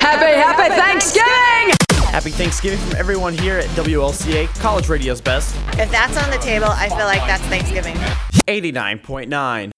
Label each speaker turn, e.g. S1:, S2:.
S1: Happy, happy Thanksgiving!
S2: Happy Thanksgiving from everyone here at WLCA, College Radio's best,
S3: If that's on the table, I feel like that's Thanksgiving.
S2: 89.9.